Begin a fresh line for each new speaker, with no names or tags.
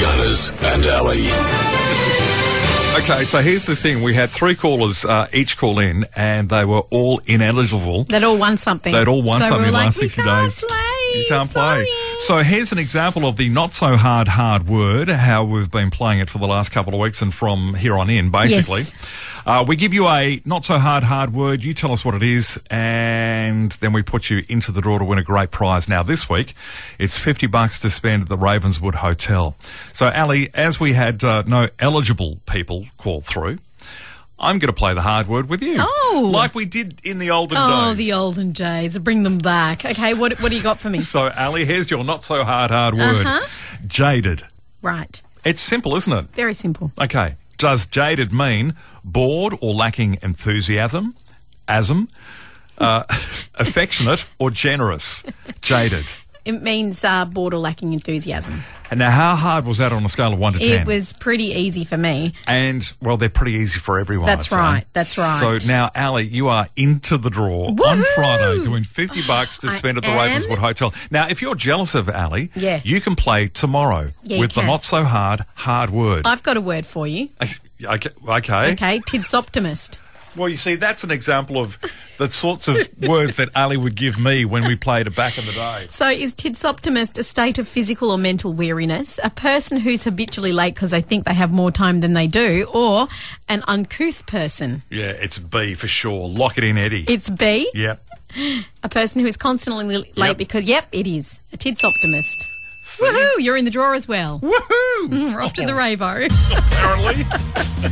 Gunners and Alley.
Okay, so here's the thing. We had three callers uh, each call in, and they were all ineligible.
They'd all won something.
They'd all won
so
something
we were
in the
like,
last
we
60
can't
days.
Play.
You can't
Sorry.
play. So here's an example of the not so hard hard word, how we've been playing it for the last couple of weeks and from here on in, basically.
Yes.
Uh, we give you a not so hard hard word, you tell us what it is, and then we put you into the draw to win a great prize. Now, this week, it's 50 bucks to spend at the Ravenswood Hotel. So, Ali, as we had uh, no eligible people call through, I'm going to play the hard word with you.
Oh.
Like we did in the olden
Oh,
days.
the olden days. Bring them back. Okay, what what do you got for me?
So, Ali, here's your not so hard, hard word
Uh-huh.
jaded.
Right.
It's simple, isn't it?
Very simple.
Okay. Does jaded mean bored or lacking enthusiasm, asm, uh, affectionate, or generous? Jaded.
It means uh, bored or lacking enthusiasm.
And now, how hard was that on a scale of 1 to 10?
It was pretty easy for me.
And well, they're pretty easy for everyone.
That's
I'd say.
right, that's right.
So now, Ali, you are into the draw on
Woohoo! Oh,
Friday, doing fifty bucks to
I
spend at the
am.
Ravenswood Hotel. Now, if you're jealous of Ali,
Yeah.
you can play tomorrow
Yeah, you
with the
can.
not so hard hard word.
I've got a word for you.
okay, okay.
Okay, tidsoptimist.
Well, you see, that's an example of the sorts of words that Ali would give me when we played it back in the day.
So, is tidsoptimist a state of physical or mental weariness, a person who's habitually late because they think they have more time than they do, or an uncouth person?
Yeah, it's B for sure. Lock it in, Eddie.
It's B,
yep.
a person who is constantly late
Yep.
because, yep, it is, a tidsoptimist.
See? Mm,
Woohoo, you're in the drawer as well.
Woohoo!
We're off to the Ravo.
Apparently.